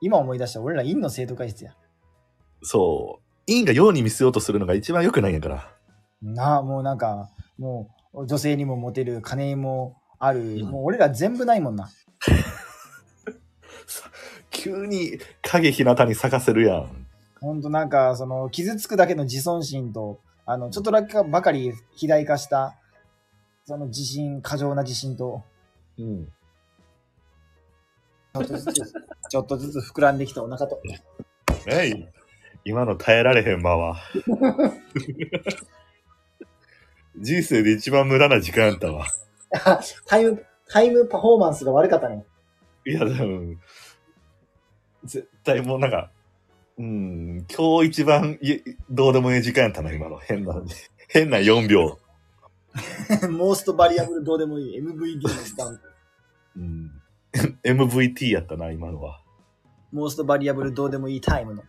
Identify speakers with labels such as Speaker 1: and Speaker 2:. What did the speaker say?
Speaker 1: 今思い出した俺ら院の生徒会室や。
Speaker 2: そう。陰が陽に見せようとするのが一番良くないんやから。
Speaker 1: なあ、もうなんか、もう女性にもモテる、金にもある、
Speaker 2: うん
Speaker 1: もう俺ら全部ないもんな。
Speaker 2: 急に影ひなたに咲かせるやん。
Speaker 1: ほんとなんか、その、傷つくだけの自尊心と、あの、ちょっとだけばかり肥大化した、その自信、過剰な自信と、
Speaker 2: うん。
Speaker 1: ちょっとずつ、 ちょっとずつ膨らんできたお腹と。
Speaker 2: えい。今の耐えられへんわわ。人生で一番無駄な時間やったわ。
Speaker 1: タイム、タイムパフォーマンスが悪かったね。
Speaker 2: いや、多分、絶対もうなんか、うん、今日一番いどうでもいい時間やったな、今の。変な、変な4秒。
Speaker 1: モーストバリアブルどうでもいい MVP の時間。
Speaker 2: うん、MVP やったな、今のは。
Speaker 1: モーストバリアブルどうでもいいタイムの。